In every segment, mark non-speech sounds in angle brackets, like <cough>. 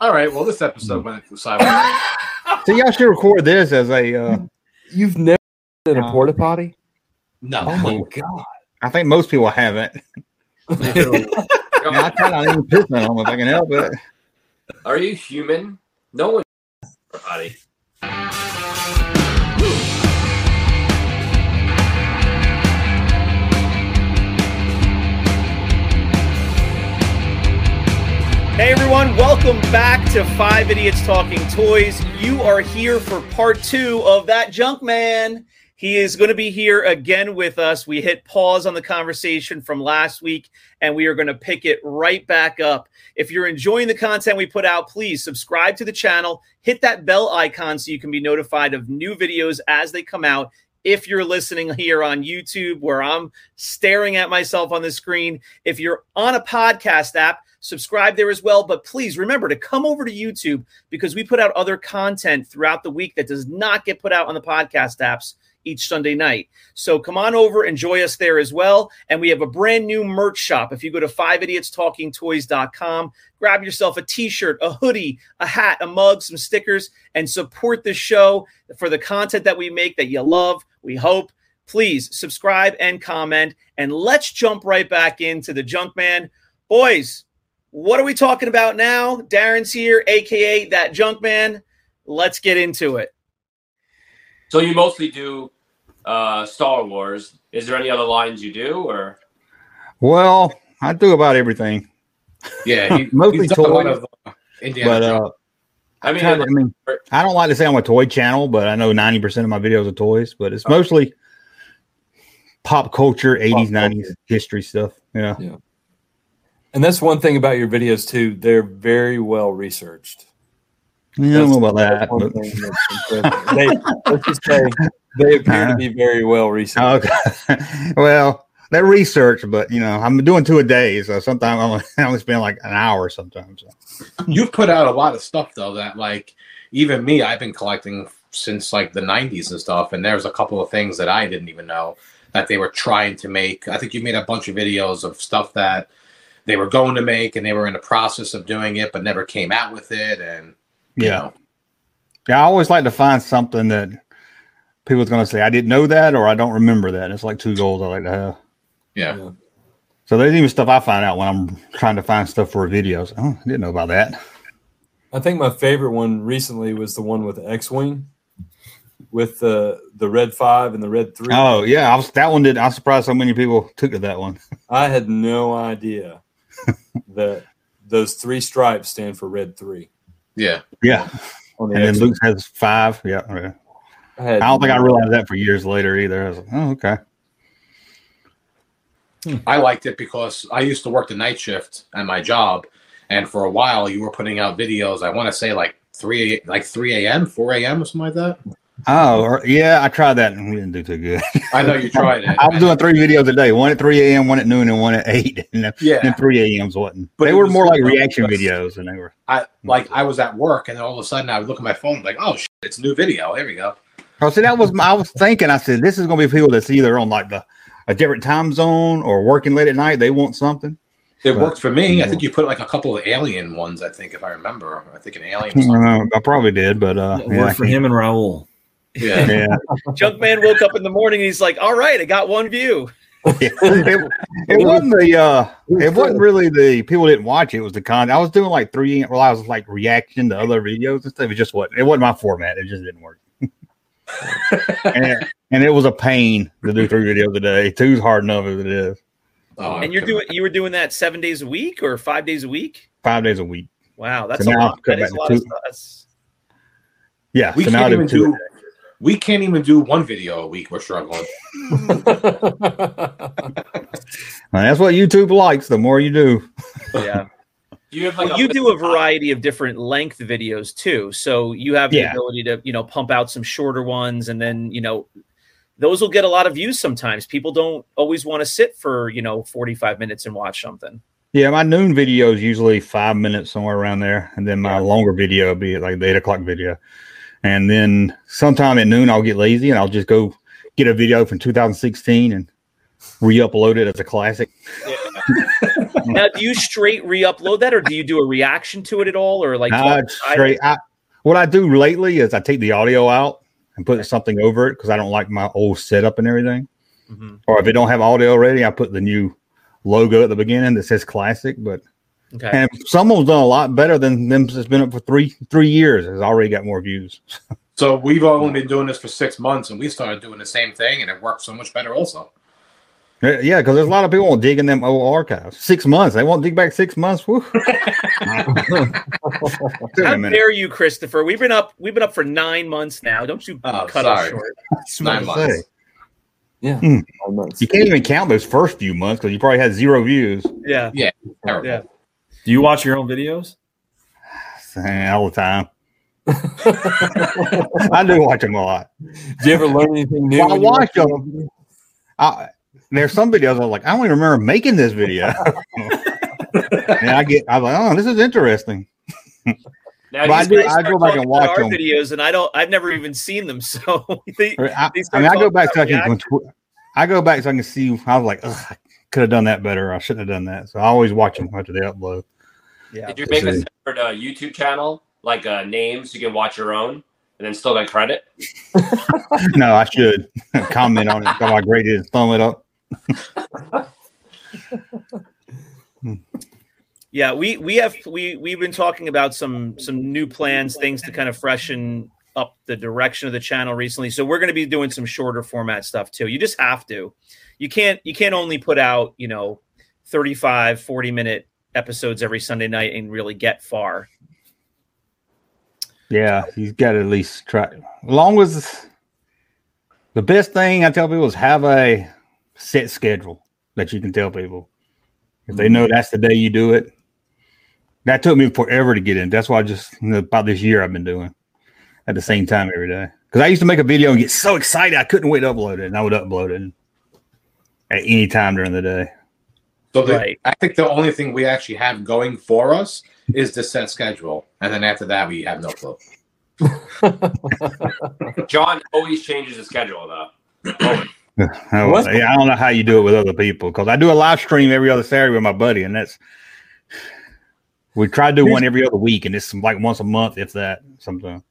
All right. Well, this episode went through silence. So y'all should record this as a. Uh, You've never been in No. a porta potty? No. Oh my god! I think most people haven't. And I try not to even piss on them if I can help it. <laughs> Are you human? No one. Body. Hey everyone, welcome back to Five Idiots Talking Toys. You are here for part two of that junk man. He is going to be here again with us. We hit pause on the conversation from last week and we are going to pick it right back up. If you're enjoying the content we put out, please subscribe to the channel, hit that bell icon so you can be notified of new videos as they come out. If you're listening here on YouTube, where I'm staring at myself on the screen, if you're on a podcast app, subscribe there as well. But please remember to come over to YouTube because we put out other content throughout the week that does not get put out on the podcast apps each Sunday night. So come on over, enjoy us there as well. And we have a brand new merch shop. If you go to 5idiotstalkingtoys.com, grab yourself a t-shirt, a hoodie, a hat, a mug, some stickers, and support the show for the content that we make that you love, we hope. Please subscribe and comment, and let's jump right back into the junk man. Boys, what are we talking about now? Darren's here, aka that junk man. Let's get into it. So you mostly do uh, Star Wars. Is there any other lines you do, or Well, I do about everything, yeah. He, <laughs> Mostly he's done a lot toys. of uh, Indiana but uh, Jones. I mean, I mean, I don't like to say I'm a toy channel, but I know 90% of my videos are toys, but it's mostly pop culture, 80s, culture. 90s history stuff. Yeah. And that's one thing about your videos too. They're very well researched. I don't know about that. That's one but- thing that's impressive. they, let's just say they appear Uh-huh. to be very well researched. oh, Okay. <laughs> well, that research, but you know, I'm doing two a day, so sometimes I'm, only- <laughs> I only spend like an hour sometimes. You've put out a lot of stuff though that like even me, I've been collecting since like the '90s and stuff. And there's a couple of things that I didn't even know that they were trying to make. I think you made a bunch of videos of stuff that they were going to make and they were in the process of doing it, but never came out with it. And you Yeah. know, Yeah, I always like to find something that people's going to say I didn't know that or I don't remember that. It's like two goals I like to have. yeah. So there's even stuff I find out when I'm trying to find stuff for videos. Oh, I didn't know about that. Oh. I think my favorite one recently was the one with X Wing, with the the red five and the red three. Oh yeah, I was that one did. I'm surprised so many people took to that one. I had no <laughs> idea that those three stripes stand for red three. Yeah. Yeah, On the and then X-Wing. Luke has five. Yeah, yeah. I, had I don't think I no- realized that for years later either. I was like, oh okay. I liked it because I used to work the night shift at my job, and for a while you were putting out videos. I want to say like three, like three a.m., four a.m. or something like that. Oh or- yeah, I tried that and we didn't do too good. <laughs> I know you tried it. I'm doing three videos a day: one at 3 a.m., one at noon, and one at eight. <laughs> And then <laughs> Yeah, then 3 a.m.s wasn't. But they it were was more like still- reaction videos, and they were. I like I was at work, and then all of a sudden I would look at my phone, like, oh, shit, it's a new video. Here we go. Oh, see, that was my, I was thinking. I said, this is going to be people that's either on like the a different time zone or working late at night. They want something. It Right. worked for me. I think you put like a couple of alien ones. I think if I remember, I think an I alien. can't song. remember. Uh, I probably did, but uh, It yeah, I worked for can't- him and Raul. Yeah, <laughs> yeah, Junk man woke up in the morning and he's like, "All right, I got one view." yeah. It, it wasn't the uh, it wasn't really the people didn't watch it. It was the con. I was doing like three. Well, I was like reacting to other videos and stuff. It just what it wasn't my format. It just didn't work. <laughs> and, and it was a pain to do three videos a day. Two's hard enough as it is. Oh, And you're okay. doing you were doing that seven days a week or five days a week? Five days a week. Wow, that's So a now lot. I've cut That back is a to lot of two. stuff. That's- Yeah, We so now I can't do even two a do. We can't even do one video a week. We're struggling. And that's what YouTube likes. The more you do, yeah. do you have like Well, a you do a variety of different length videos too, so you have the Yeah. ability to you know pump out some shorter ones, and then you know those will get a lot of views. Sometimes people don't always want to sit for you know 45 minutes and watch something. yeah, my noon video is usually five minutes somewhere around there, and then my longer video will be like the eight o'clock video, and then sometime at noon I'll get lazy and I'll just go get a video from 2016 and re-upload it as a classic. Mm. now, do you straight re-upload that, or do you do a reaction to it at all, or like Nah, it's straight. I, what I do lately is I take the audio out and put something over it because I don't like my old setup and everything. Mhm. Or if it don't have audio already, I put the new logo at the beginning that says classic. But Okay. and someone's done a lot better than them. That's been up for three three years. Has already got more views. <laughs> So we've only been doing this for six months, and we started doing the same thing, and it worked so much better. Also, Yeah, yeah, because there's a lot of people digging them old archives. Six months. They won't dig back six months. <laughs> Woo. Took <laughs> me How a minute. dare you, Christopher? We've been up. We've been up for nine months now. Don't you Oh, cut us sorry. short? it's nine about to months. say. Yeah, Hmm. nine months. You can't even count those first few months because you probably had zero views Yeah. Terrible. Yeah. Do you watch your own videos? Eh, all the time. <laughs> I do watch them a lot. Do you ever learn anything new? Well, I when you watch your them. own video? I, there's some videos I'm like, I don't even remember making this video. <laughs> and I get, I'm like, oh, this is interesting. Now, But I he's- do, Guys I start go back talking and about watch our them. videos, and I don't. I've never even seen them. <laughs> So they, I, These I mean, I guys go all back so I start can, tw- I go back so I can see. I was like, Ugh, I could have done that better. I shouldn't have done that. So I always watch them after they upload. yeah. Did you make a Absolutely. separate uh, YouTube channel, like uh, names you can watch your own, and then still get credit? no, I should <laughs> comment on it. So I graded it, thumb it up. Yeah, we we have we we've been talking about some some new plans, things to kind of freshen up the direction of the channel recently. So we're going to be doing some shorter format stuff too. You just have to. You can't you can't only put out, you know, 35 40 minute episodes every Sunday night and really get far. Yeah, he's got to at least try. As long as the best thing I tell people is have a set schedule that you can tell people. If they know that's the day you do it, that took me forever to get in. That's why I just you know, about this year I've been doing at the same time every day. Because I used to make a video and get so excited I couldn't wait to upload it, and I would upload it at any time during the day. So the, Right. I think the only thing we actually have going for us is the set schedule, and then after that, we have no clue. John always changes his schedule, though. Always. I, was- What's- yeah, I don't know how you do it with other people because I do a live stream every other Saturday with my buddy, and that's we try to do one every other week, and it's like once a month, if that. Sometimes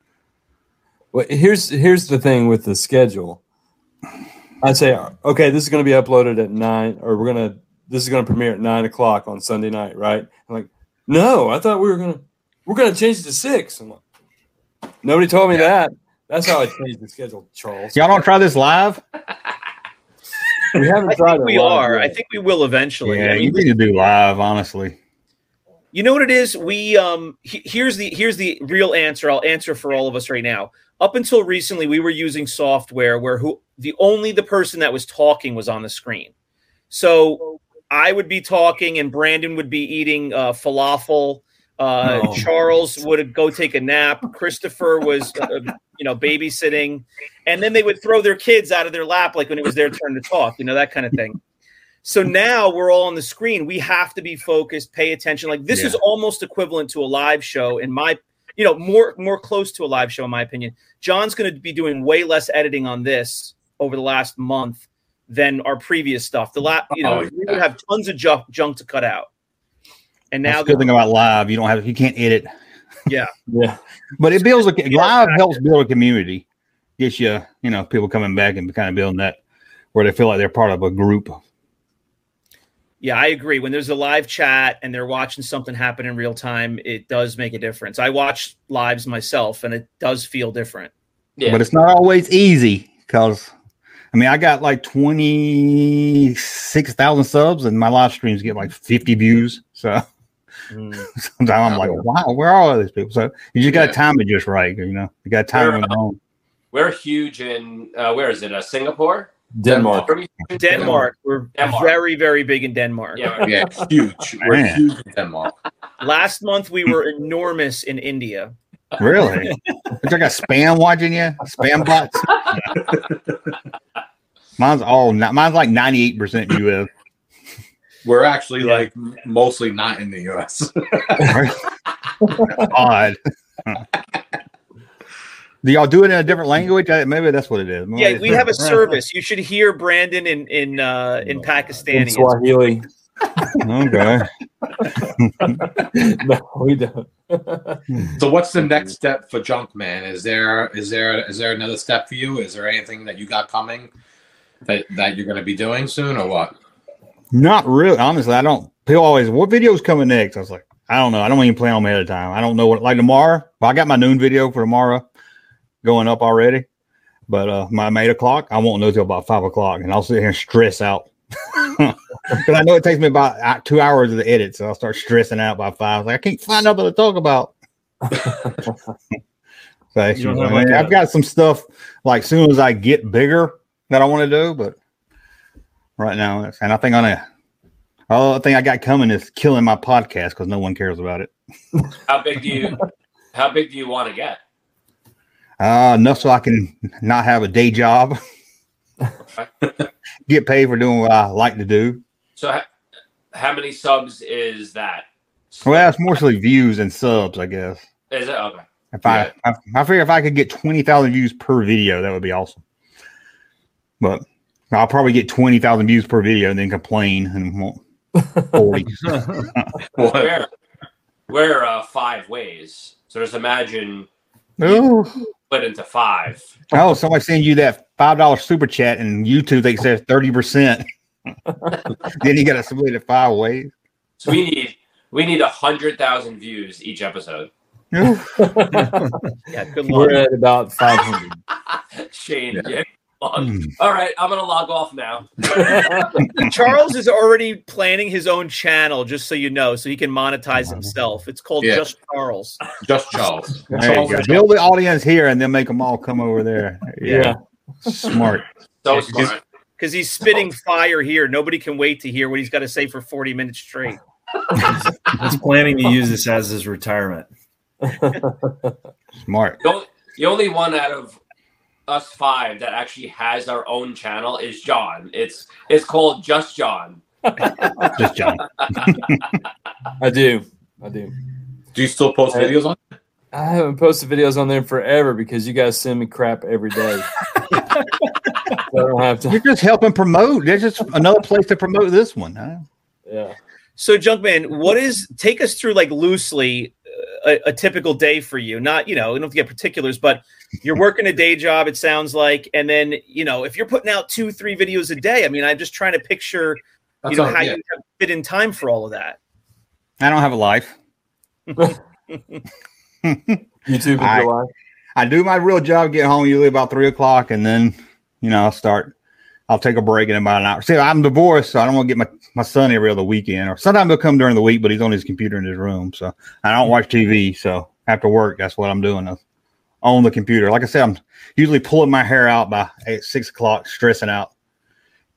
Well, here's here's the thing with the schedule. I'd say, okay, this is going to be uploaded at nine, or we're gonna this is going to premiere at nine o'clock on Sunday night, right? I'm like, no, I thought we were gonna we're gonna change it to six. I'm like, nobody told me that. That's how I changed the schedule, Charles. y'all don't try this live. we haven't I tried think it. we are. I think we will eventually. Yeah, I mean, you need to do live, honestly. You know what it is? We um he- here's the here's the real answer. I'll answer for all of us right now. Up until recently, we were using software where who the only the person that was talking was on the screen. So I would be talking, and Brandon would be eating uh, falafel. Uh, No. Charles would go take a nap. Christopher was, uh, you know, babysitting, and then they would throw their kids out of their lap, like when it was their turn to talk. You know that kind of thing. So now we're all on the screen. We have to be focused, pay attention. Like this is almost equivalent to a live show in my, you know, more more close to a live show in my opinion. John's going to be doing way less editing on this over the last month than our previous stuff. The last, you know, Oh, we yeah. would have tons of junk junk to cut out. And That's now the good thing about live, you don't have you can't edit, Yeah. but it builds a live helps build a community. Gets you, you know, people coming back and kind of building that where they feel like they're part of a group. Yeah, I agree. When there's a live chat and they're watching something happen in real time, it does make a difference. I watch lives myself and it does feel different. Yeah. but it's not always easy because I mean I got like twenty six thousand subs and my live streams get like fifty views. So <laughs> sometimes I'm like, Oh. wow, where are all these people? So you just got to Yeah. time it just right, you know. You got to time Where, it wrong. We're huge in uh, where is it? Uh, Singapore, Denmark. Are we- Denmark, we're Denmark. very, very big in Denmark. Yeah, Yeah, <laughs> huge. We're Man. huge in Denmark. Last month we were enormous in India. Really? <laughs> It's like a spam watching you, spam bots. mine's all ni- mine's like ninety eight percent U.S. We're actually Yeah. like m- mostly not in the U.S. <laughs> Odd. Do y'all do it in a different language? I- Maybe that's what it is. Maybe Yeah, it's we have a different. service. You should hear Brandon in in uh, in Pakistani. In Swahili. <laughs> <laughs> Okay. no, we <laughs> don't. <laughs> So what's the next step for Junkman? Is there is there is there another step for you? Is there anything that you got coming that that you're going to be doing soon or what? Not really. Honestly, I don't. People always, what video's coming next? I was like, I don't know. I don't even plan on them ahead of time. I don't know what, like tomorrow. Well, I got my noon video for tomorrow going up already. But uh my my eight o'clock, I won't know till about five o'clock. And I'll sit here and stress out. <laughs> Because I know it takes me about uh, two hours of the edit. So I'll start stressing out by five. Like, I can't find nothing to talk <laughs> about. so, You don't have, I mean, like, a- I've got some stuff like soon as I get bigger that I want to do. But right now. And I think on a oh, I think I got coming is killing my podcast because no one cares about it. How big do you how big do you want to get? Uh, enough so I can not have a day job, <laughs> get paid for doing what I like to do. So how, how many subs is that? Well, it's mostly views and subs, I guess. Is it okay? If I, I, I figure if I could get twenty thousand views per video, that would be awesome. But I'll probably get twenty thousand views per video and then complain and want forty. What? We're we're uh, five ways. So just imagine Ooh. split into five. Oh, somebody sends you that five dollar super chat and YouTube they says thirty percent. then you got to split it five ways. So we need we need a hundred thousand views each episode. Oof. Yeah, good luck. We're at about 500. Shane, Yeah. yeah. All Mm. right, I'm gonna log off now. Charles is already planning his own channel, just so you know, so he can monetize himself. It's called Yeah. Just Charles. Just Charles. There you go. Build the audience here and then make them all come over there. Yeah, <laughs> Yeah. smart. So Yeah, smart. Because he's spitting fire here. Nobody can wait to hear what he's got to say for 40 minutes straight. He's planning to use this as his retirement. Smart. The only, the only one out of us five that actually has our own channel is John. It's it's called Just John. Just John. I do. I do. Do you still Uh, post videos on? I haven't posted videos on there in forever because you guys send me crap every day. so I don't have You're to. just helping promote. There's just another place to promote this one. huh? Yeah. So, Junkman, what is, take us through like loosely uh, a, a typical day for you. Not, you know, you don't have to get particulars, but you're working a day job, it sounds like. And then, you know, if you're putting out two, three videos a day, I mean, I'm just trying to picture, That's you know, all- how yeah. you fit in time for all of that. I don't have a life. YouTube I- in July. I do my real job, get home usually about three o'clock, and then you know I'll start. I'll take a break in about an hour. See, I'm divorced, so I don't want to get my, my son every other weekend. Or sometimes he'll come during the week, but he's on his computer in his room. So I don't watch TV. So after work, that's what I'm doing. I'm on the computer. Like I said, I'm usually pulling my hair out by eight, six o'clock, stressing out.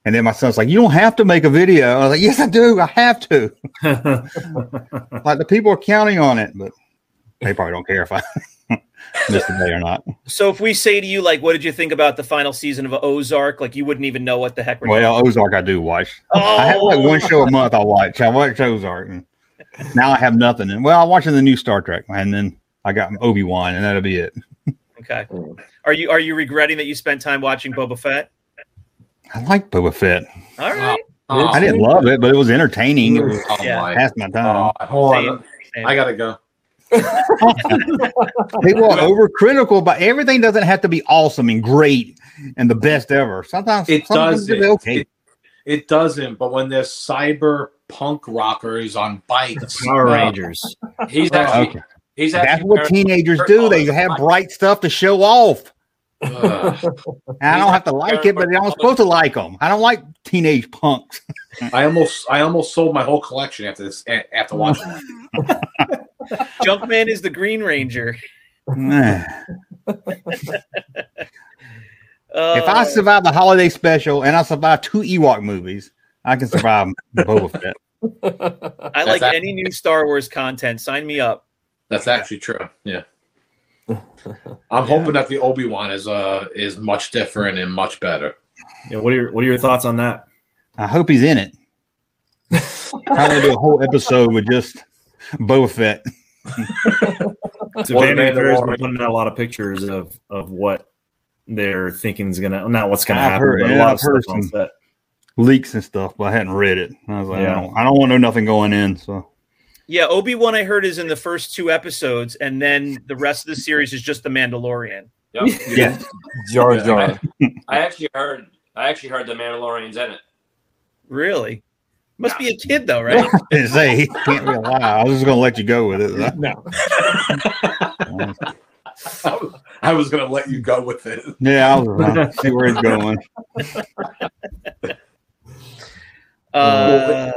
And then my son's like, "You don't have to make a video." I was like, "Yes, I do. I have to." <laughs> Like the people are counting on it, but they probably don't care if I <laughs> miss the day or not. So if we say to you, like, what did you think about the final season of Ozark? Like, you wouldn't even know what the heck we're talking Well, Ozark, I do watch. Oh. I have like one show a month I watch. I watch Ozark, and now I have nothing. And well, I'm watching the new Star Trek, and then I got Obi Wan, and that'll be it. Okay. Are you are you regretting that you spent time watching Boba Fett? I like Boba Fett. All right. Oh, I didn't love it, but it was entertaining. It was oh Yeah. my- past my time. <laughs> oh, hold Same, on. same. I gotta go. People are overcritical, but everything doesn't have to be awesome and great and the best ever. Sometimes It sometimes doesn't. it'll be Okay. It, it doesn't. But when there's cyber punk rockers on <laughs> bikes, Power Rangers. He's Oh, actually okay. he's actually That's what very- teenagers do. They have bright stuff to show off. Ugh. And I don't have to like it, but I'm supposed to like them. I don't like teenage punks. I almost I almost sold my whole collection after this a- after watching. that. Junkman is the Green Ranger. Man. Uh, If I survive the holiday special and I survive two Ewok movies, I can survive <laughs> Boba Fett. Uh, I like That's- any new Star Wars content. Sign me up. That's actually true. <laughs> Yeah. I'm hoping that the Obi Wan is uh is much different and much better. <laughs> Yeah, what are your What are your thoughts on that? I hope he's in it. I'm gonna do a whole episode with just Boba Fett. So One Vanity man to Fair has watch. been putting out a lot of pictures of of what they're thinking is gonna not what's gonna I've happen, heard- but a yeah, lot I've of heard stuff on some- set. leaks and stuff, but I hadn't read it. I was like, Yeah. I, don't, I don't want to know nothing going in. So Yeah, Obi Wan I heard is in the first two episodes, and then the rest of the series is just the Mandalorian. Yep. yeah, <laughs> Jar <laughs> Jar. I actually heard. I actually heard the Mandalorian's in it. Really? Must be a kid though, <laughs> right? didn't say he can't be alive. I was just gonna let you go with it. No. I was gonna let you go with it. <laughs> Yeah, I was trying to see where it's going. Uh,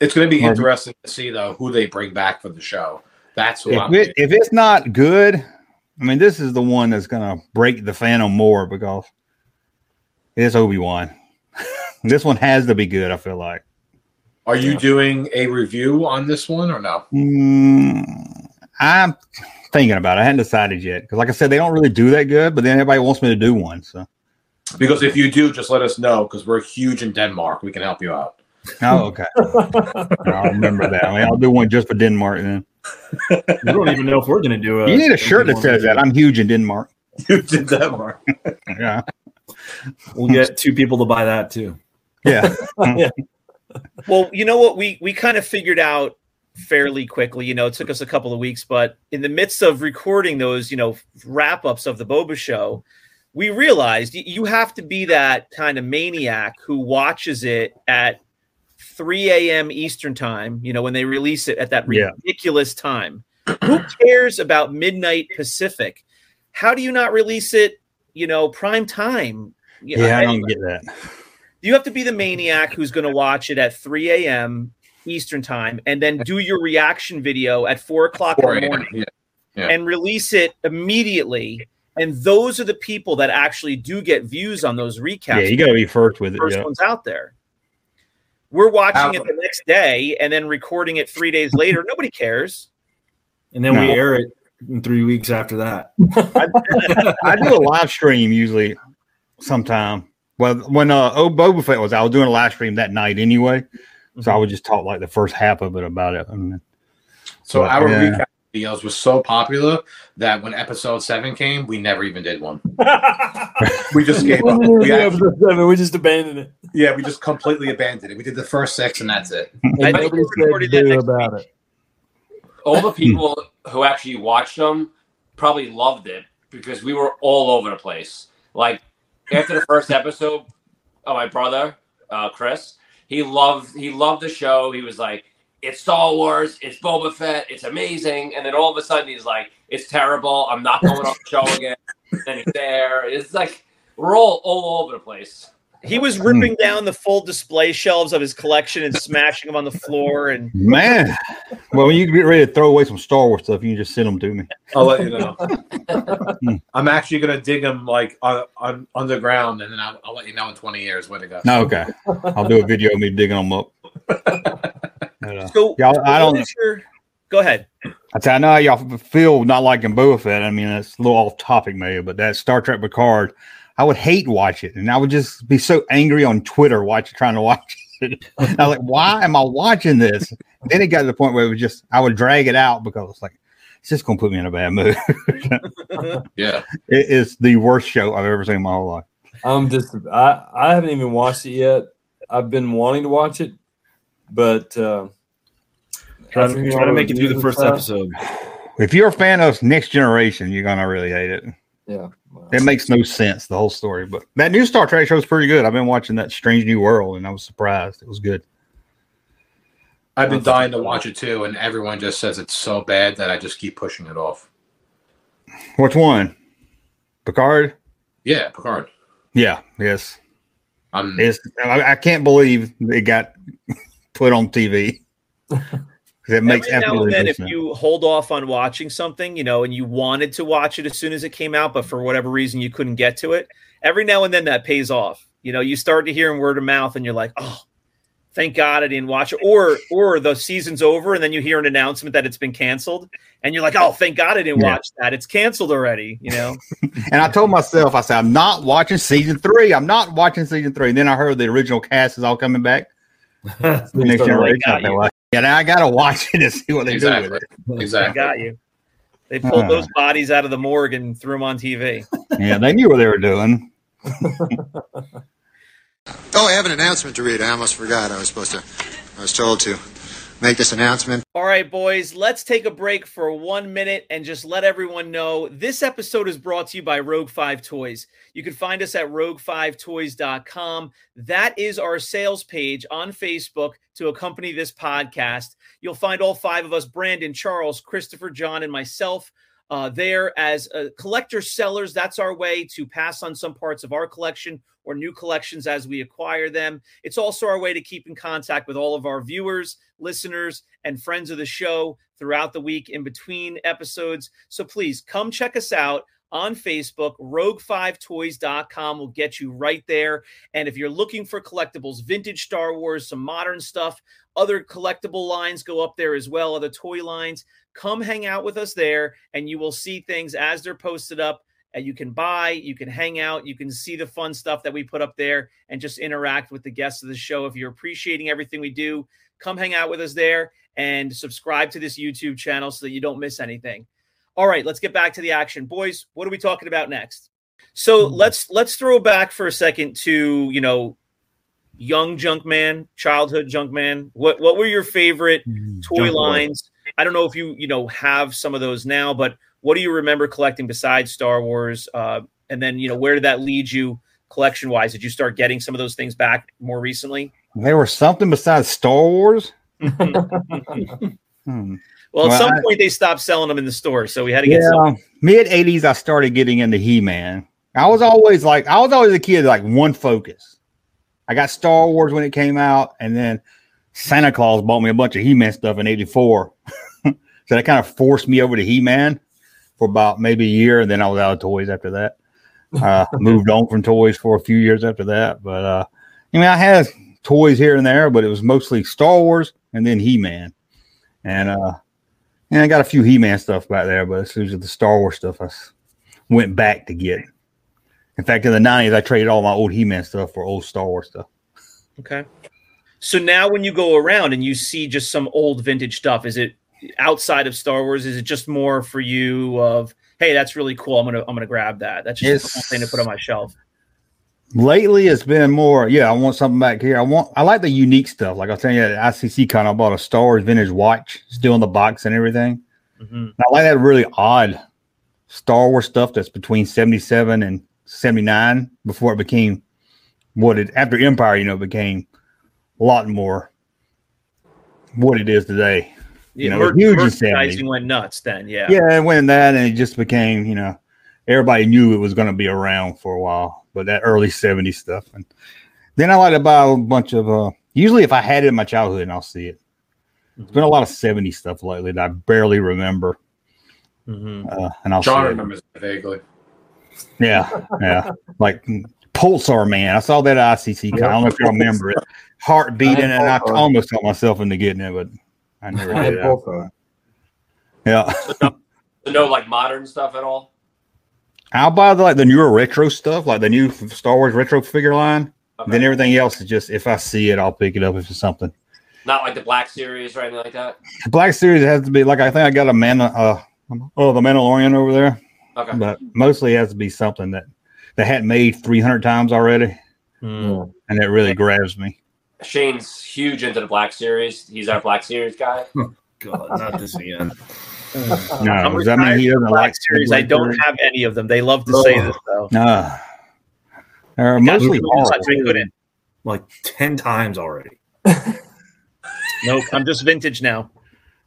It's gonna be Or- interesting to see though who they bring back for the show. That's what If, I'm. it, if it's not good, I mean, this is the one that's gonna break the fandom more because it's Obi Wan. <laughs> this one has to be good. I feel like. Are you doing a review on this one or no? Mm, I'm thinking about it. I hadn't decided yet because, like I said, they don't really do that good. But then everybody wants me to do one. So, Because if you do, just let us know because we're huge in Denmark. We can help you out. oh, okay. I'll remember that. I mean, I'll do one just for Denmark. Then We don't even know if we're gonna do <laughs> a. you need a shirt that says that. I'm huge in Denmark. <laughs> Huge in Denmark. Yeah, We'll get two people to buy that too. yeah. well, you know what? We we kind of figured out fairly quickly. You know, it took us a couple of weeks, but in the midst of recording those, you know, wrap ups of the Boba show, we realized y- you have to be that kind of maniac who watches it at 3 a.m. Eastern time. You know, when they release it at that Yeah. <clears throat> ridiculous time. who cares about midnight Pacific? How do you not release it? You know, prime time. You know, Yeah, I anyway. don't get that. You have to be the maniac who's going to watch it at 3 a.m. Eastern time and then do your reaction video at 4 o'clock in 4 the a.m. morning Yeah. yeah. and release it immediately. And those are the people that actually do get views on those recaps. Yeah, you got to be first with it. first Yeah. ones out there. We're Out. watching it the next day and then recording it three days later. Nobody cares. And then we No. air it in three weeks after that. I do a live stream usually sometime. Well, when uh, oh Boba Fett was, I was doing a live stream that night anyway, so I would just talk like the first half of it about it. And So But, our yeah. recap videos were so popular that when episode seven came, we never even did one. We just gave <laughs> up. We actually, we just abandoned it. yeah, we just completely abandoned it. We did the first six and that's it. I And think nobody we're recording that said boo next about it. All the people who actually watched them probably loved it because we were all over the place. Like after the first episode, oh my brother uh, Chris, he loved he loved the show. He was like, "It's Star Wars. It's Boba Fett. It's amazing." And then all of a sudden, he's like, "It's terrible. I'm not going on the show again." And he's there. It's like we're all all over the place. He was Hmm. ripping down the full display shelves of his collection and smashing them on the floor. And man, well, when you get ready to throw away some Star Wars stuff, you can just send them to me. I'll let you know. I'm actually gonna dig them like on, on underground, and then I'll, I'll let you know in 20 years where to go. No, okay, I'll do a video of me digging them up. But, uh, so, y'all, I what don't. is your- go ahead. I tell you, I know y'all feel not liking Boba Fett. I mean, it's a little off topic, maybe, but that Star Trek Picard, I would hate watch it, and I would just be so angry on Twitter watch trying to watch <laughs> it. And I was like, why am I watching this? Then it got to the point where it was just I would drag it out because it's like it's just gonna put me in a bad mood. <laughs> Yeah, it is the worst show I've ever seen in my whole life. I'm just I, I haven't even watched it yet. I've been wanting to watch it, but uh, Try after to, hearing try to all make it through the reviews first and episode. If you're a fan of Next Generation, you're gonna really hate it. stuff, It makes no sense the whole story, but that new Star Trek show is pretty good. I've been watching that Strange New World, and I was surprised it was good. I've been dying to watch it too, and everyone just says it's so bad that I just keep pushing it off. Which one? Picard? Yeah, Picard. Yeah, yes. Hmm. I'm It's, I, I can't believe it got <laughs> put on <laughs> TV. 'Cause it makes Every now absolutely and then, no if sense. you hold off on watching something, you know, and you wanted to watch it as soon as it came out, but for whatever reason you couldn't get to it, every now and then that pays off. You know, you start to hear in word of mouth, and you're like, oh, thank God I didn't watch it. Or, or the season's over, and then you hear an announcement that it's been canceled, and you're like, oh, thank God I didn't Yeah. watch that. It's canceled already. You know, and I told myself, I said, I'm not watching season three. I'm not watching season three. And then I heard the original cast is all coming back. Next so, generation. got I feel like, yeah, now I got to watch it and see what they do exactly, with it. exactly. I got you. They pulled Ah. those bodies out of the morgue and threw them on TV. Yeah, they knew what they were doing. Oh, I have an announcement to read. I almost forgot. I was supposed to, I was told to make this announcement. All right, boys, let's take a break for one minute and just let everyone know this episode is brought to you by Rogue 5 Toys. You can find us at rogue5toys.com. That is our sales page on Facebook to accompany this podcast. You'll find all five of us Brandon, Charles, Christopher, John, and myself uh, there as uh, collector sellers. That's our way to pass on some parts of our collection or new collections as we acquire them. It's also our way to keep in contact with all of our viewers, listeners, and friends of the show throughout the week in between episodes. So please come check us out on Facebook. Rogue5toys.com will get you right there. And if you're looking for collectibles, vintage Star Wars, some modern stuff, other collectible lines go up there as well, other toy lines. Come hang out with us there, and you will see things as they're posted up and you can buy, you can hang out, you can see the fun stuff that we put up there and just interact with the guests of the show. If you're appreciating everything we do, come hang out with us there and subscribe to this YouTube channel so that you don't miss anything. All right, let's get back to the action. Boys, what are we talking about next? So let's let's throw back for a second to, you know, young junk man, childhood junk man. What what were your favorite toy Junk Lord. lines. I don't know if you you know have some of those now, but what do you remember collecting besides Star Wars? Uh, and then you know where did that lead you collection wise? Did you start getting some of those things back more recently? There was something besides Star <laughs> Wars. Hmm. Well, at Well, some I- point they stopped selling them in the store, so we had to get some. Yeah, mid '80s, I started getting into He-Man. I was always like, I was always a kid like one focus. I got Star Wars when it came out, and then Santa Claus bought me a bunch of He-Man stuff in '84, <laughs> so that kind of forced me over to He-Man for about maybe a year, and then I was out of toys after that. Uh, <laughs> moved on from toys for a few years after that, but uh, I mean, I had toys here and there, but it was mostly Star Wars and then He-Man, and uh, yeah, I got a few He Man stuff back there, but it's usually the Star Wars stuff I s- went back to get. In fact, in the 90s, I traded all my old He Man stuff for old Star Wars stuff. Okay. So now when you go around and you see just some old vintage stuff, is it outside of Star Wars? Is it just more for you of hey, that's really cool. I'm gonna I'm gonna grab that. That's just a cool It's- thing to put on my shelf. Lately, it's been more, yeah, I want something back here. I want, I like the unique stuff. Like I was telling you at ICC Con, I bought a Star Wars vintage watch, still in the box and everything. Mhm. And I like that really odd Star Wars stuff that's between 77 and 79 before it became what it after Empire, you know, became a lot more what it is today. You know, Mer- huge in merchandising 70s. went nuts then. Yeah. Yeah, it went that and it just became, you know, everybody knew it was going to be around for a while, but that early 70s stuff. And then I like to buy a bunch of, uh, usually if I had it in my childhood and I'll see it. It's been a lot of 70s stuff lately that I barely remember. Mm-hmm. Uh, and I'll John see it. remembers vaguely. Yeah, yeah. Like mm, Pulsar Man. I saw that at ICC. Con. I don't know if you remember it. Heart beating, and I Pulsar. almost got myself into getting it, but I never I had did. it. both of them. Yeah, No, like modern stuff at all. I'll buy the, like the newer retro stuff, like the new Star Wars retro figure line. Okay. Then everything else is just if I see it, I'll pick it up if it's something. Not like the Black Series or anything like that. The Black Series has to be like I think I got a man. Uh, oh, the Mandalorian over there, Okay. but mostly it has to be something that they had made three hundred times already, Hmm. Yeah. and that really grabs me. Shane's huge into the Black Series. He's our Black Series guy. God, <laughs> not this again. No, Uh, I'm does that mean he doesn't Black like series. I don't have any of them. They love to say this though. No. They're mostly Got horror. too much, I couldn't. Like ten times already. Nope, I'm just vintage <laughs> now.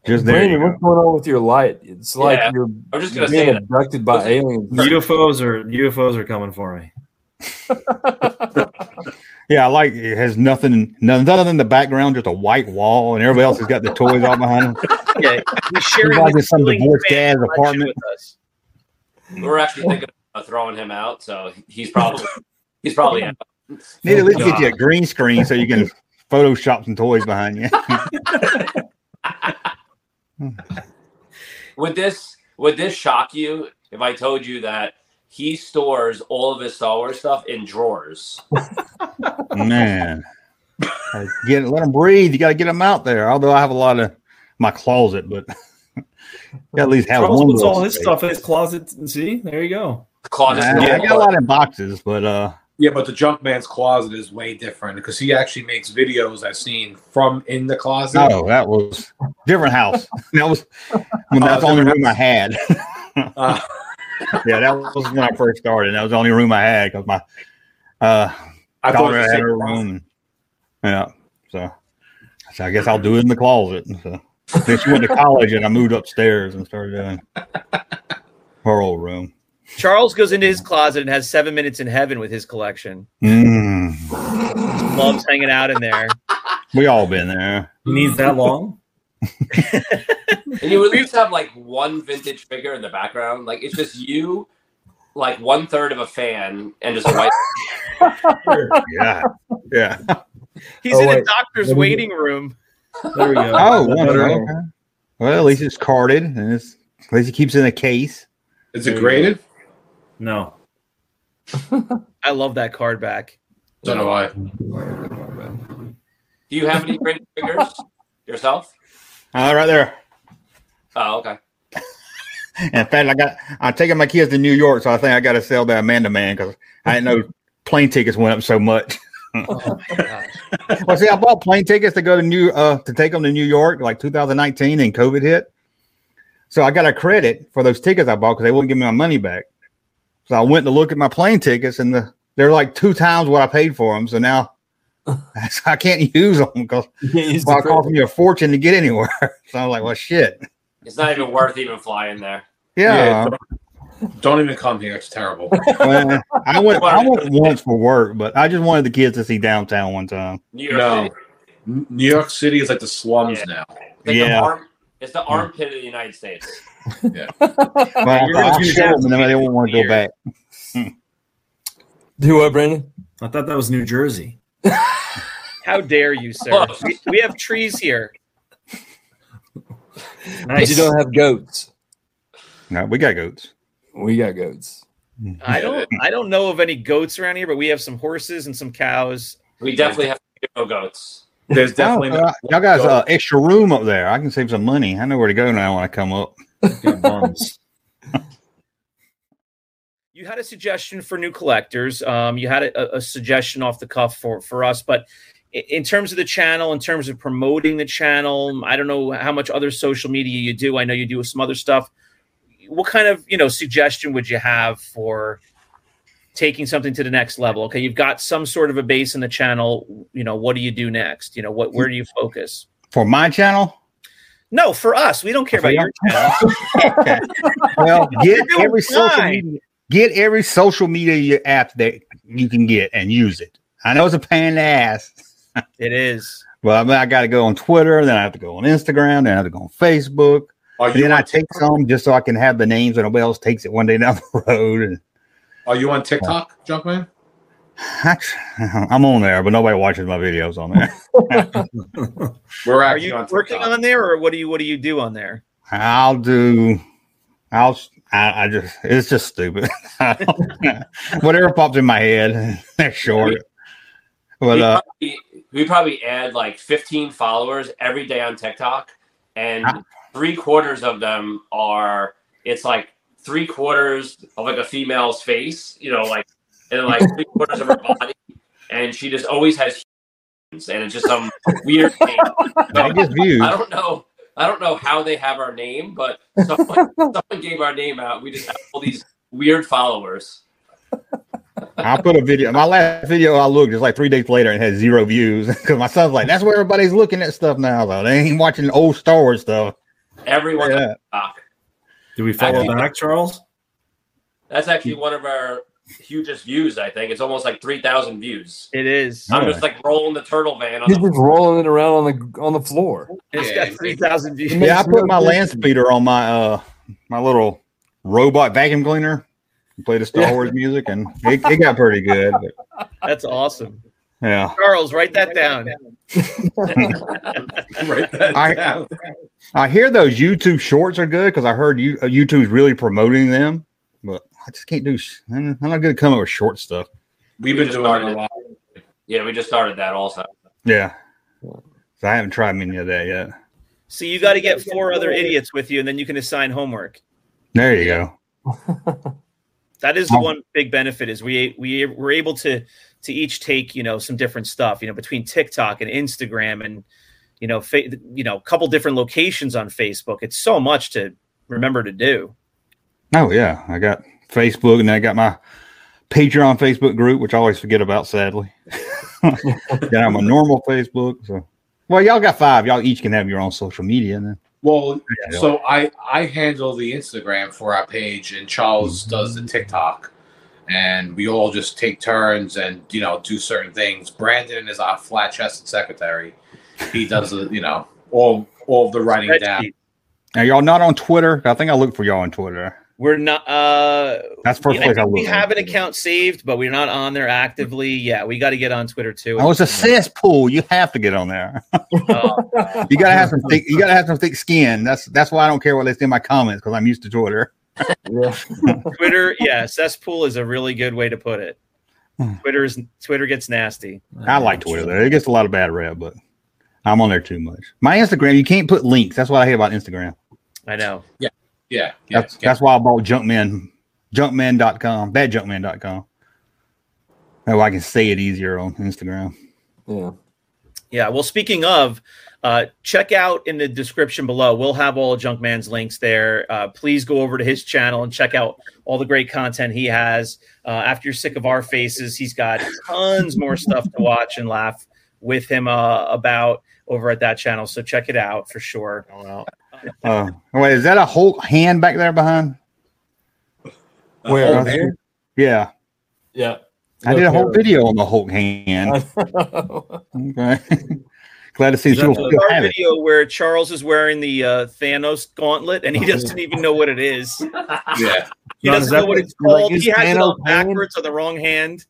Just there. you Brandon, go. what's going on with your light? It's like Yeah. you're I'm just gonna say being that. abducted by aliens. <laughs> UFOs are UFOs are coming for me. Yeah, I like it has nothing, nothing other than the background, just a white wall, and everybody else has got the toys all behind them. Okay. He's sharing Everybody's his in some ceiling divorced fan dad's collection apartment. with us. We We're actually thinking of throwing him out, so he's probably he's probably out. Need to at least get you a green screen so you can Photoshop some toys behind you. Would this would this shock you if I told you that he stores all of his Star Wars stuff in drawers? Man, I get let them breathe. You got to get them out there. Although I have a lot of my closet, but <laughs> Gotta at least have Charles one. puts little all his space. stuff in his closet. See, there you go. Closet. Nah, I got a lot in boxes, but uh, Yeah, but the junk man's closet is way different because he actually makes videos I've seen from in the closet. no, that was different house. <laughs> that was when Oh, that's the only room I had. <laughs> Uh, yeah, that was when I first started. That was the only room I had because my uh, I thought daughter it was the had same her closet. room. Yeah, so, so I guess I'll do it in the closet. So. then she went to college, and I moved upstairs and started doing her old room. Charles goes into his closet and has seven minutes in heaven with his collection. Mm, Loves hanging out in there. we all been there. He needs <laughs> that long. And you at least have like one vintage figure in the background. Like it's just you, like one third of a fan, and just a white. Yeah, yeah. He's Oh, in a wait. doctor's Let me- waiting room. There we go. Oh, That one, better okay. long. Well, at least it's carded, and it's at least it keeps it in a case. Is it graded? No, I love that card back. So do I. Do you have any printed figures yourself? Uh, right there. Oh, okay. <laughs> In fact, I got I'm taking my kids to New York, so I think I got to sell that Amanda Man because I didn't know plane tickets went up so much. <laughs> well, see, I bought plane tickets to go to New uh, to take them to New York like 2019, and COVID hit. So I got a credit for those tickets I bought because they wouldn't give me my money back. So I went to look at my plane tickets, and the, they're like two times what I paid for them. So now <laughs> I can't use them because You can't use the well, it cost credit. me a fortune to get anywhere. <laughs> so I'm like, well, shit. It's not even worth even flying there. Yeah, Yeah. Don't even come here. It's terrible. well, I went. I went once for work, but I just wanted the kids to see downtown one <laughs> time. New York no. City. N- New York City is like the slums now. It's like Yeah. The arm, it's the armpit of the United <laughs> States. But I You're thought, gonna I'll do show them, and then they downtown won't want to here. go back. Do what, Brandon? I thought that was New Jersey. How dare you, sir? <laughs> Close. We, we have trees here. But Nice. You don't have goats. No, we got goats. We got goats. I don't I don't know of any goats around here, but we have some horses and some cows. We definitely have no goats. There's definitely Y'all- uh, y'all guys uh, extra room up there. I can save some money. I know where to go now when I come up. Good bums. You had a suggestion for new collectors. Um, you had a, a suggestion off the cuff for, for us, but i- in terms of the channel, in terms of promoting the channel, I don't know how much other social media you do. I know you do some other stuff. What kind of you know suggestion would you have for taking something to the next level? Okay, you've got some sort of a base in the channel. You know, what do you do next? You know, what where do you focus? For my channel, No, for us, we don't care For about <laughs> your channel. Okay. well, get doing every social fine. media, get every social media app that you can get and use it. I know it's a pain in the ass, It is. but I, mean, I got to go on Twitter, then I have to go on Instagram, then I have to go on Facebook. Are And you then on I take some just so I can have the names and nobody else takes it one day down the <laughs> road. And Are you on TikTok, Junkman? I, <laughs> am on there, but nobody watches my videos on there. <laughs> We're Are actually you on TikTok. working on there, or what do you what do you do on there? I'll do. I'll. I, I just. It's just stupid. <laughs> I don't- Whatever pops in my head. <laughs> They're short. But we, uh, probably, we probably add like 15 followers every day on TikTok, and Ah. three quarters of them are it's like three quarters of like a female's face, you know, like and like three <laughs> quarters of her body, and she just always has <laughs> humans, and it's just some <laughs> weird name. I just views. I don't know. I don't know how they have our name, but <laughs> someone, someone gave our name out. We just have all these weird followers. I put a video. My last video I looked it's like three days later and had zero views <laughs> because my son's like, "That's where everybody's looking at stuff now. Though they ain't watching old Star Wars stuff." Everyone Yeah. TikTok. Did we follow back, Charles? That's actually Mm. one of our hugest views. I think it's almost like three thousand views. It is. I'm just like rolling the turtle van on He's the just rolling it around on the on the floor. It's Yeah, got three thousand views. Yeah, I Makes no put my land sense. speeder on my uh my little robot vacuum cleaner. and Played the Star Yeah. Wars music and it, it got pretty good. but, <laughs> That's awesome. yeah, Charles, write that down. Write <laughs> that <laughs> I- down. I hear those YouTube shorts are good because I heard you, uh, YouTube's really promoting them. But I just can't do. sh- I'm I'm not good at coming up with short stuff. We've been Just doing started it a it. lot. Yeah, we just started that also. Yeah, so I haven't tried many of that yet. So you got to get four other idiots with you, and then you can assign homework. There you go. That is the Oh. one big benefit is we we we're able to to each take you know some different stuff. You know, between TikTok and Instagram and you know fa- you know a couple different locations on Facebook. It's so much to remember to do. Oh yeah, I got Facebook, and I got my Patreon Facebook group, which I always forget about, sadly. <laughs> then I'm a normal Facebook. So, well, y'all got five. Y'all each can have your own social media. Then. Well, Yeah. so I I handle the Instagram for our page, and Charles does the TikTok, and we all just take turns and you know do certain things. Brandon is our flat chested secretary. He does the you know all all of the writing down. Spreadsheet. Now, y'all not on Twitter. I think I looked for y'all on Twitter. We're not. Uh, That's the first yeah, place I I think looked. we on have an Twitter. account saved, but we're not on there actively. Yeah, we got to get on Twitter too. Oh, it's a cesspool. You have to get on there. <laughs> Oh, You gotta have some thick. You gotta have some thick skin. That's that's why I don't care what they say in my comments because I'm used to Twitter. Yeah. Twitter, yeah, cesspool is a really good way to put it. Hmm. Twitter is Twitter gets nasty. I like Twitter though. It gets a lot of bad rap, but I'm on there too much. My Instagram, you can't put links. That's what I hate about Instagram. I know. Yeah, yeah, that's that's why I bought Junkman, Junkman.com, that Junkman.com. That way I can say it easier on Instagram. Yeah. Yeah. Well, speaking of, uh, check out in the description below. We'll have all of Junkman's links there. Uh, please go over to his channel and check out all the great content he has. Uh, after you're sick of our faces, he's got tons more stuff to watch and laugh with him uh, about over at that channel. So check it out for sure. Uh, wait, is that a whole hand back there behind? Uh, Where? Yeah, Yeah. I did a whole video on the Hulk hand. video. <laughs> Okay. Glad to see Is that you that still our have it. video where Charles is wearing the uh, Thanos gauntlet and he Oh, doesn't even know what it is. yeah. He John, is doesn't that know what the- it's called. like, is he has it Thanos on backwards on the wrong hand.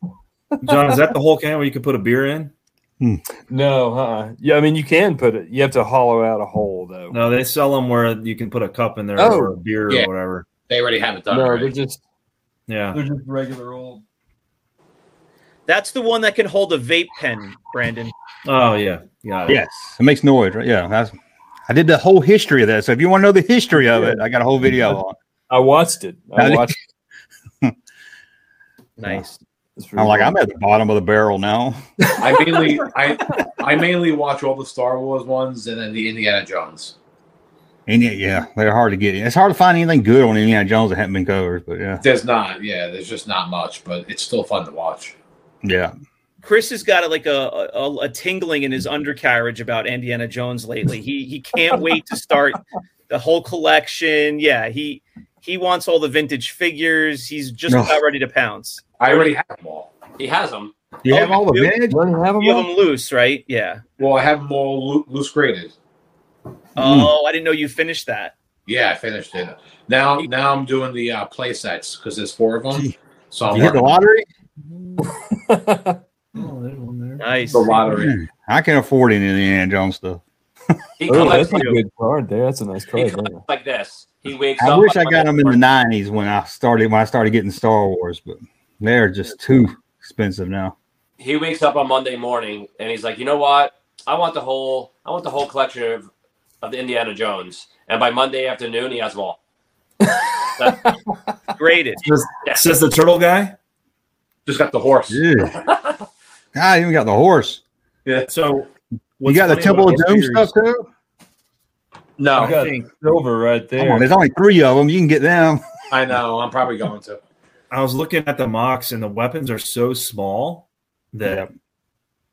John, is that the whole can where you could put a beer in? <laughs> no, uh-uh. yeah, I mean you can put it. You have to hollow out a hole though. No, they sell them where you can put a cup in there Oh. or a beer Yeah. or whatever. They already have it done. no they're already. just Yeah. they're just regular old. That's the one that can hold a vape pen, Brandon. Oh yeah. Got it. Yes, it makes noise, right? Yeah, that's. I did the whole history of that. So if you want to know the history of it, I got a whole video on. I watched it. I I- watched. Nice. It. It's it. I'm really like, I'm cool. at the bottom of the barrel now. I mainly I I mainly watch all the Star Wars ones and then the Indiana Jones. And yeah, yeah, they're hard to get. It's hard to find anything good on Indiana Jones that hasn't been covered. But yeah, There's not, yeah, there's just not much, but it's still fun to watch. yeah. Chris has got like a, a a tingling in his undercarriage about Indiana Jones lately. He he can't wait to start the whole collection. Yeah, he he wants all the vintage figures. He's just No. about ready to pounce. I already have them all. He has them. You Oh, have all the you- vintage. You already have them You have all? them loose, right? Yeah. Well, I have them all loo- loose graded. Oh, I didn't know you finished that. Yeah, I finished it. Now, now I'm doing the uh, play sets because there's four of them. So I'm You hit the working lottery. Nice. the lottery. Hmm, I can afford any Indiana Jones stuff. He Oh, that's collects a like, good card there. That's a nice he card. collects there. like this. He wakes I up. wish I on got them in the Monday '90s when I started when I started getting Star Wars, but they're just too expensive now. he wakes up on Monday morning and he's like, you know what? I want the whole I want the whole collection of, of the Indiana Jones. And by Monday afternoon, he has them all. Graded. Says the turtle guy. Just got the horse. Yeah. <laughs> God, I even got the horse. So you got the Temple of Doom stuff too. No, I got silver right Come on, there. there's only three of them. You can get them. I know. I'm probably going to. I was looking at the mocks, and the weapons are so small that Yep.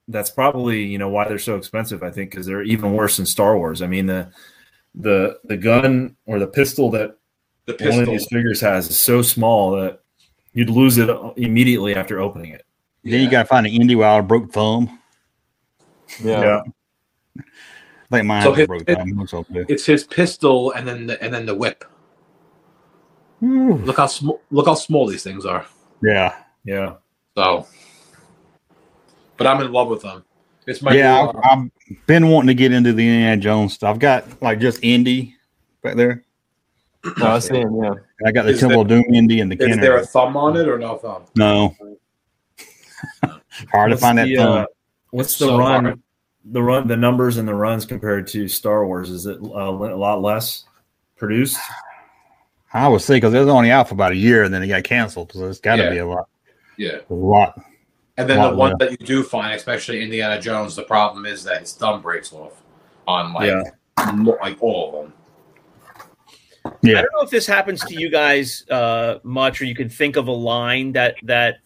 that's probably you know why they're so expensive. I think because they're even worse than Star Wars. I mean the the the gun or the pistol that The one of pistol. these figures has is so small that you'd lose it immediately after opening it. Then you got to find an indie with a broke thumb. Yeah. I think mine So has a his- broke thumb. Looks okay. It's his pistol and then the, and then the whip. Whew. Look how small. Look how small these things are. Yeah, Yeah. So, but I'm in love with them. It's my yeah. new, uh, I've, I've been wanting to get into the Indiana Jones stuff. I've got like just indie back there. No, I see him. Yeah. I got the Is Temple of Doom indie and the Is there Kenner. a thumb on it or no thumb? no. Hard to What's find that the, thumb. uh, what's the So run? hard. the run the numbers and the runs compared to Star Wars? Is it uh, a lot less produced? I would say because it was only out for about a year and then it got canceled, so it's got to Yeah. be a lot, Yeah. a lot. And then Wow, the one yeah. that you do find, especially Indiana Jones, the problem is that his thumb breaks off on like Yeah. mo- like all of them. Yeah, I don't know if this happens to you guys uh, much, or you can think of a line that that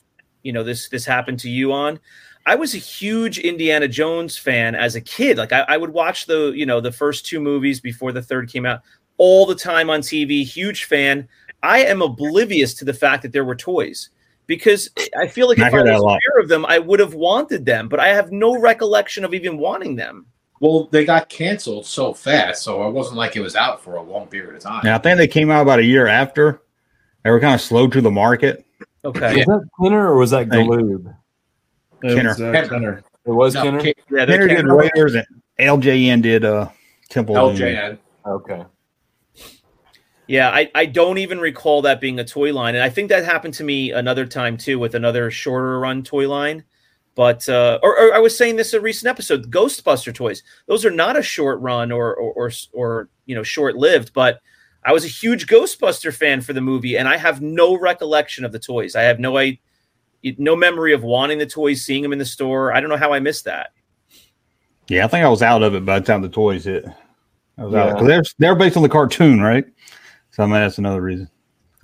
you know this this happened to you on. I was a huge Indiana Jones fan as a kid. Like I, I would watch the you know the first two movies before the third came out all the time on TV. Huge fan. I am oblivious to the fact that there were toys because I feel like I if I hear that a was lot. aware of them, I would have wanted them. But I have no recollection of even wanting them. Well, they got canceled so fast, so it wasn't like it was out for a long period of time. and I think they came out about a year after. They were kind of slow to the market. Okay. Yeah. Was that Kenner or was that Thank Galoob? It Kenner. was, uh, Kenner. Kenner. It was No, Kenner. K- Yeah, they're They did camera- Raiders and LJN did uh, Temple. of Doom. LJN. Okay. Yeah, I, I don't even recall that being a toy line. And I think that happened to me another time too with another shorter run toy line. But uh, or, or I was saying this in a recent episode, Ghostbuster toys. Those are not a short run or or or, or you know short lived. But I was a huge Ghostbuster fan for the movie, and I have no recollection of the toys. I have no I no memory of wanting the toys, seeing them in the store. I don't know how I missed that. Yeah, I think I was out of it by the time the toys hit. I was out Yeah. because they're they're based on the cartoon, right? So I mean that's another reason.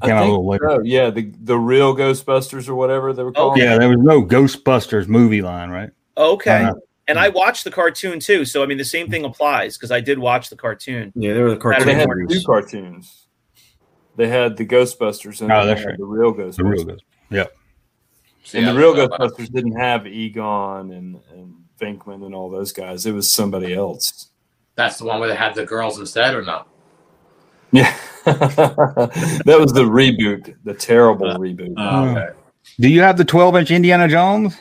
I Came out a think little later. so, yeah, the the real Ghostbusters or whatever they were called. Yeah, there was no Ghostbusters movie line, right? Okay, Uh-huh. and I watched the cartoon too, so I mean the same thing applies because I did watch the cartoon. Yeah, they were the Saturday They had cartoon. morning. two series. cartoons. They had the Ghostbusters and Oh, they that's had right. the real The real Ghostbusters. Ghostbusters. See, And I the don't real know about- Ghostbusters didn't have Egon and, and Finkman and all those guys. It was somebody else. <laughs> That's the one where they had the girls instead, or no? Yeah. that was the reboot, the terrible reboot. Oh, No. okay. Do you have the 12 inch Indiana Jones?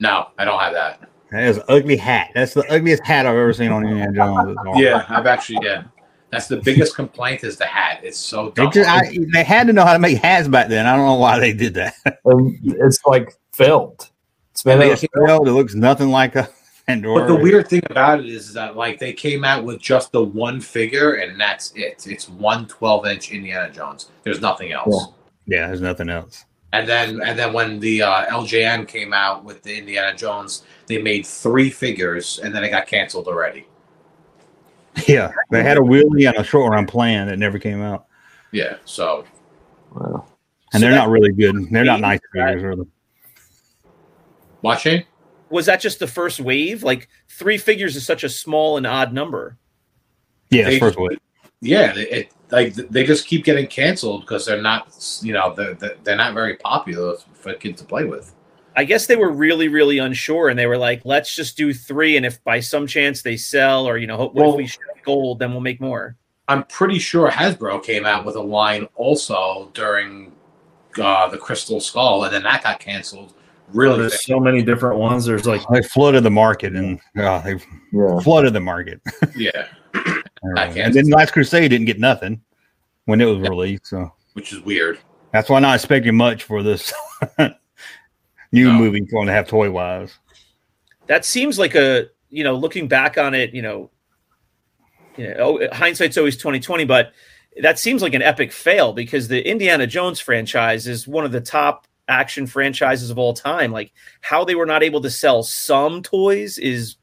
No, I don't have that. That is an ugly hat. That's the ugliest hat I've ever seen on Indiana Jones. Yeah, I've actually yeah. That's the biggest complaint is the hat. It's so They dumb. just I, they had to know how to make hats back then. I don't know why they did that. <laughs> And it's like felt. It's They made out made of a shell that looks nothing like a Pandora. but the weird thing about it is that like they came out with just the one figure and that's it. It's one 12 inch Indiana Jones. There's nothing else. Yeah. yeah, there's nothing else. And then and then when the uh, LJN came out with the Indiana Jones, they made three figures and then it got canceled already. Yeah, they had a wheelie and a short run plan that never came out, Yeah, so Wow. and So they're that- not really good. They're not nice Right. figures, really. watching. was that just the first wave? Like three figures is such a small and odd number. Yeah, They- it's first wave. Yeah, it, it like they just keep getting canceled because they're not you know they're, they're- they're not very popular for kids to play with. I guess they were really, really unsure, and they were like, "Let's just do three, and if by some chance they sell, or you know, what if Well- we ship gold, then we'll make more." I'm pretty sure Hasbro came out with a line also during uh, the Crystal Skull, and then that got canceled. Really, <laughs> There's so many different ones. There's like They flooded the market, and oh, they Yeah. flooded the market. yeah, I can't- And then Last Crusade didn't get nothing when it was released, so which is weird. that's why I'm not expecting much for this <laughs> new No. movie it's going to have toy wise. That seems like a you know, looking back on it, you know, you know, oh, hindsight's always twenty twenty, but that seems like an epic fail because the Indiana Jones franchise is one of the top action franchises of all time. Like how they were not able to sell some toys is,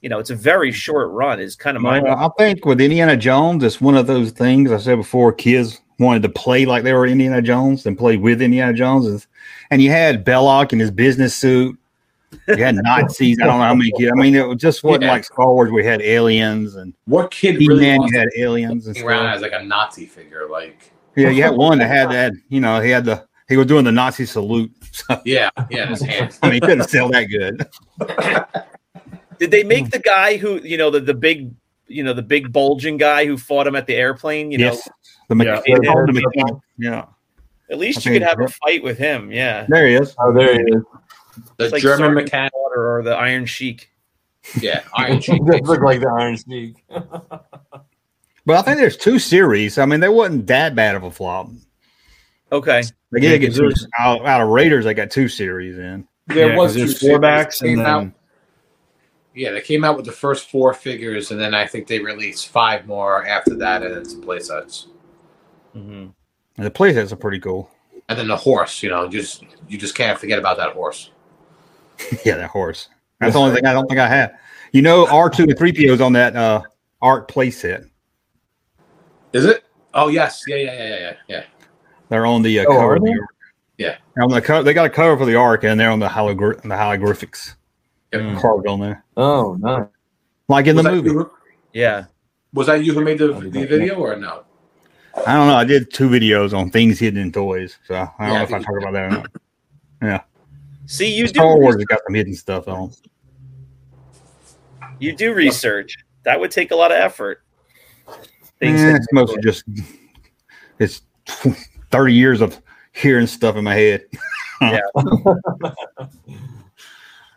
you know, it's a very short run. Is kind of my Well, I think with Indiana Jones, it's one of those things I said before. Kids wanted to play like they were Indiana Jones and play with Indiana Jones, and, and you had Belloc in his business suit. You had Nazis. I don't know how many kids. I mean, it was just wasn't Yeah. like Star Wars. We had aliens and What kid He really Man. wants You had aliens and to around stuff. as like a Nazi figure? Like, Yeah, you had one that had that. You know, he had the he was doing the Nazi salute. <laughs> So yeah, yeah, in his <laughs> hands. I mean, he couldn't sell that good. Did they make the guy who you know the the big you know the big bulging guy who fought him at the airplane? You yes, the Yeah. mechanic. Yeah. The mechanic. yeah, know, at least I you could think- have a fight with him. Yeah, there he is. Oh, there he is. The It's like German Sergeant mechanic, Slaughter or the Iron Sheik. <laughs> yeah, Iron He <laughs> Sheik. does look like the Iron Sheik. But I think there's two series. I mean, they wasn't that bad of a flop. Okay, They Yeah, did get 'cause two, there's- out, out of Raiders. They got two series in. yeah, 'cause there's two four series backs came and out. then Yeah, they came out with the first four figures, and then I think they released five more after that, and then some playsets. Mm-hmm. And the playsets are pretty cool. <laughs> And then the horse, you know, just you just can't forget about that horse. yeah, that horse. That's the only thing I don't think I have. You know, R two and three PO's on that uh, art playset. Is it? Oh yes, yeah, yeah, yeah, yeah, yeah, yeah. They're on the uh, Oh, cover. are of the they? arc. Yeah. They're on the cover. They got a cover for the arc, and they're on the, hologra- the hieroglyphics Yep. carved on there, Oh, nice. like Hmm. Was Hmm. in the that movie. you who- Yeah. was that you who made the, the video or no? I don't know. I did two videos on things hidden in toys, so I don't Yeah, know I if I think talk about that or not. See, you Star Wars do has got some hidden stuff on. it. you do research. That would take a lot of effort. Things Eh, it's mostly just it's thirty years of hearing stuff in my head.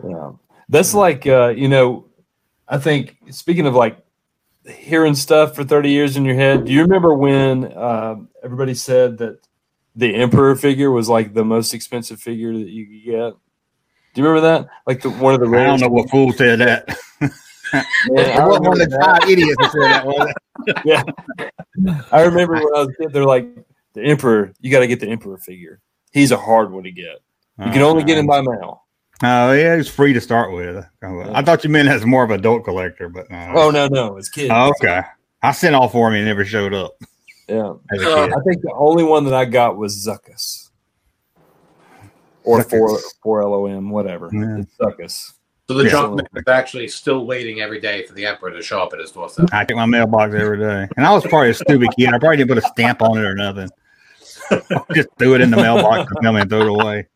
Yeah. That's like uh, you know, I think speaking of like hearing stuff for 30 years in your head, do you remember when uh, everybody said that the emperor figure was like the most expensive figure that you could get? Do you remember that? Like the one of the I don't rarest. know what fool said that. Man, I It wasn't one remember of the that. five idiots that said that. was it? I remember when I was a kid, they're like the emperor. You got to get the emperor figure. He's a hard one to get. <laughs> You can only get him by mail. Oh yeah, it's free to start with. I thought you meant as more of an adult collector, but no. Oh no, no, it's kids. Oh, okay. I sent all for me and never showed up. Yeah, As a kid. I think the only one that I got was Zuckus. Or four Zuckus. four LOM, whatever. Yeah. It's Zuckus. So the Yeah. junk man is actually still waiting every day for the emperor to show up at his doorstep. I get my mailbox every day, and I was probably a stupid kid. I probably didn't put a stamp on it or nothing. just threw it in the mailbox and come and threw it away.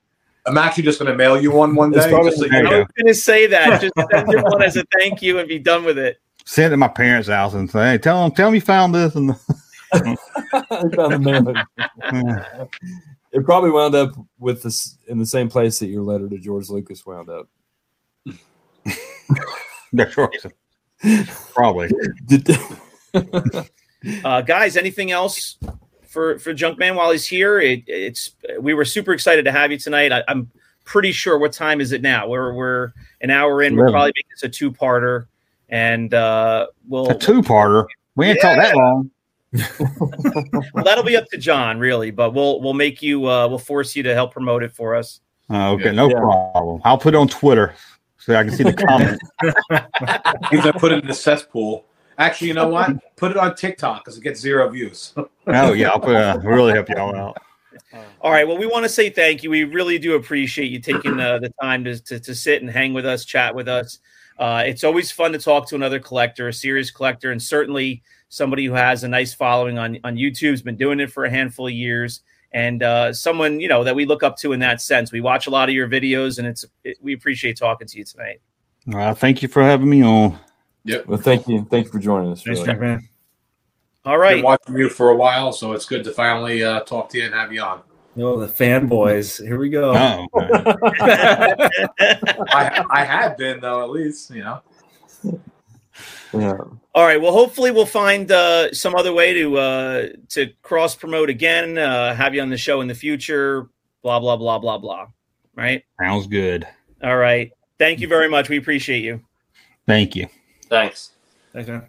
I'm actually just going to mail you one one It's day. probably- just so you <laughs> There <laughs> you know. go. I was going to say <laughs> that. Just send your one as a thank you and be done with it. Sent it to my parents' house and say, "Hey, tell them, tell them you found this." And I found the mail. It probably wound up with this in the same place that your letter to George Lucas wound up. <laughs> that's right. Probably. Did- Uh, guys, anything else for for Junkman while he's here? It, it's we were super excited to have you tonight. I, I'm pretty sure. What time is it now? We're we're an hour in. We're Eleven. probably making this a two parter, and uh, we'll A two-parter. We ain't talked that long. well, that'll be up to John really. But we'll we'll make you uh, we'll force you to help promote it for us. Oh, okay, Yeah. no Yeah. problem. I'll put it on Twitter so I can see the comments. He's going to put it in the cesspool. Actually, you know what? Put it on TikTok because it gets zero views. oh yeah, I'll put, uh, really help y'all out. All right. Well, we want to say thank you. We really do appreciate you taking uh, the time to, to, to sit and hang with us, chat with us. Uh, it's always fun to talk to another collector, a serious collector, and certainly somebody who has a nice following on, on YouTube, has been doing it for a handful of years, and uh, someone, you know, that we look up to in that sense. We watch a lot of your videos, and it's it, we appreciate talking to you tonight. Well, thank you for having me on. well, thank you. Thank you for joining us. Thanks, really. Jack, man. All Been right. watching you for a while, so it's good to finally uh, talk to you and have you on. No, Oh, the fanboys. Here we go. Oh, okay. I, I have been though, at least you know. Yeah. All right. Well, hopefully we'll find uh, some other way to uh, to cross promote again. Uh, have you on the show in the future. Blah blah blah blah blah. Right. sounds good. All right. Thank you very much. We appreciate you. Thank you. Thanks. Thanks, man.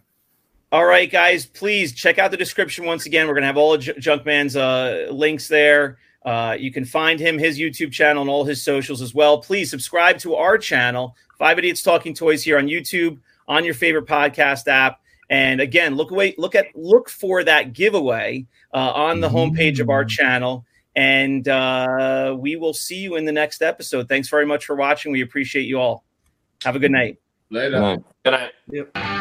All right, guys, please check out the description once again. We're going to have all of J- Junkman's uh, links there. Uh, you can find him, his YouTube channel, and all his socials as well. Please subscribe to our channel, Five Idiots Talking Toys, here on YouTube, on your favorite podcast app. And again, look away, look at, look for that giveaway uh, on the homepage of our channel. And uh, we will see you in the next episode. Thanks very much for watching. We appreciate you all. Have a good night. Later. Good night. Good night.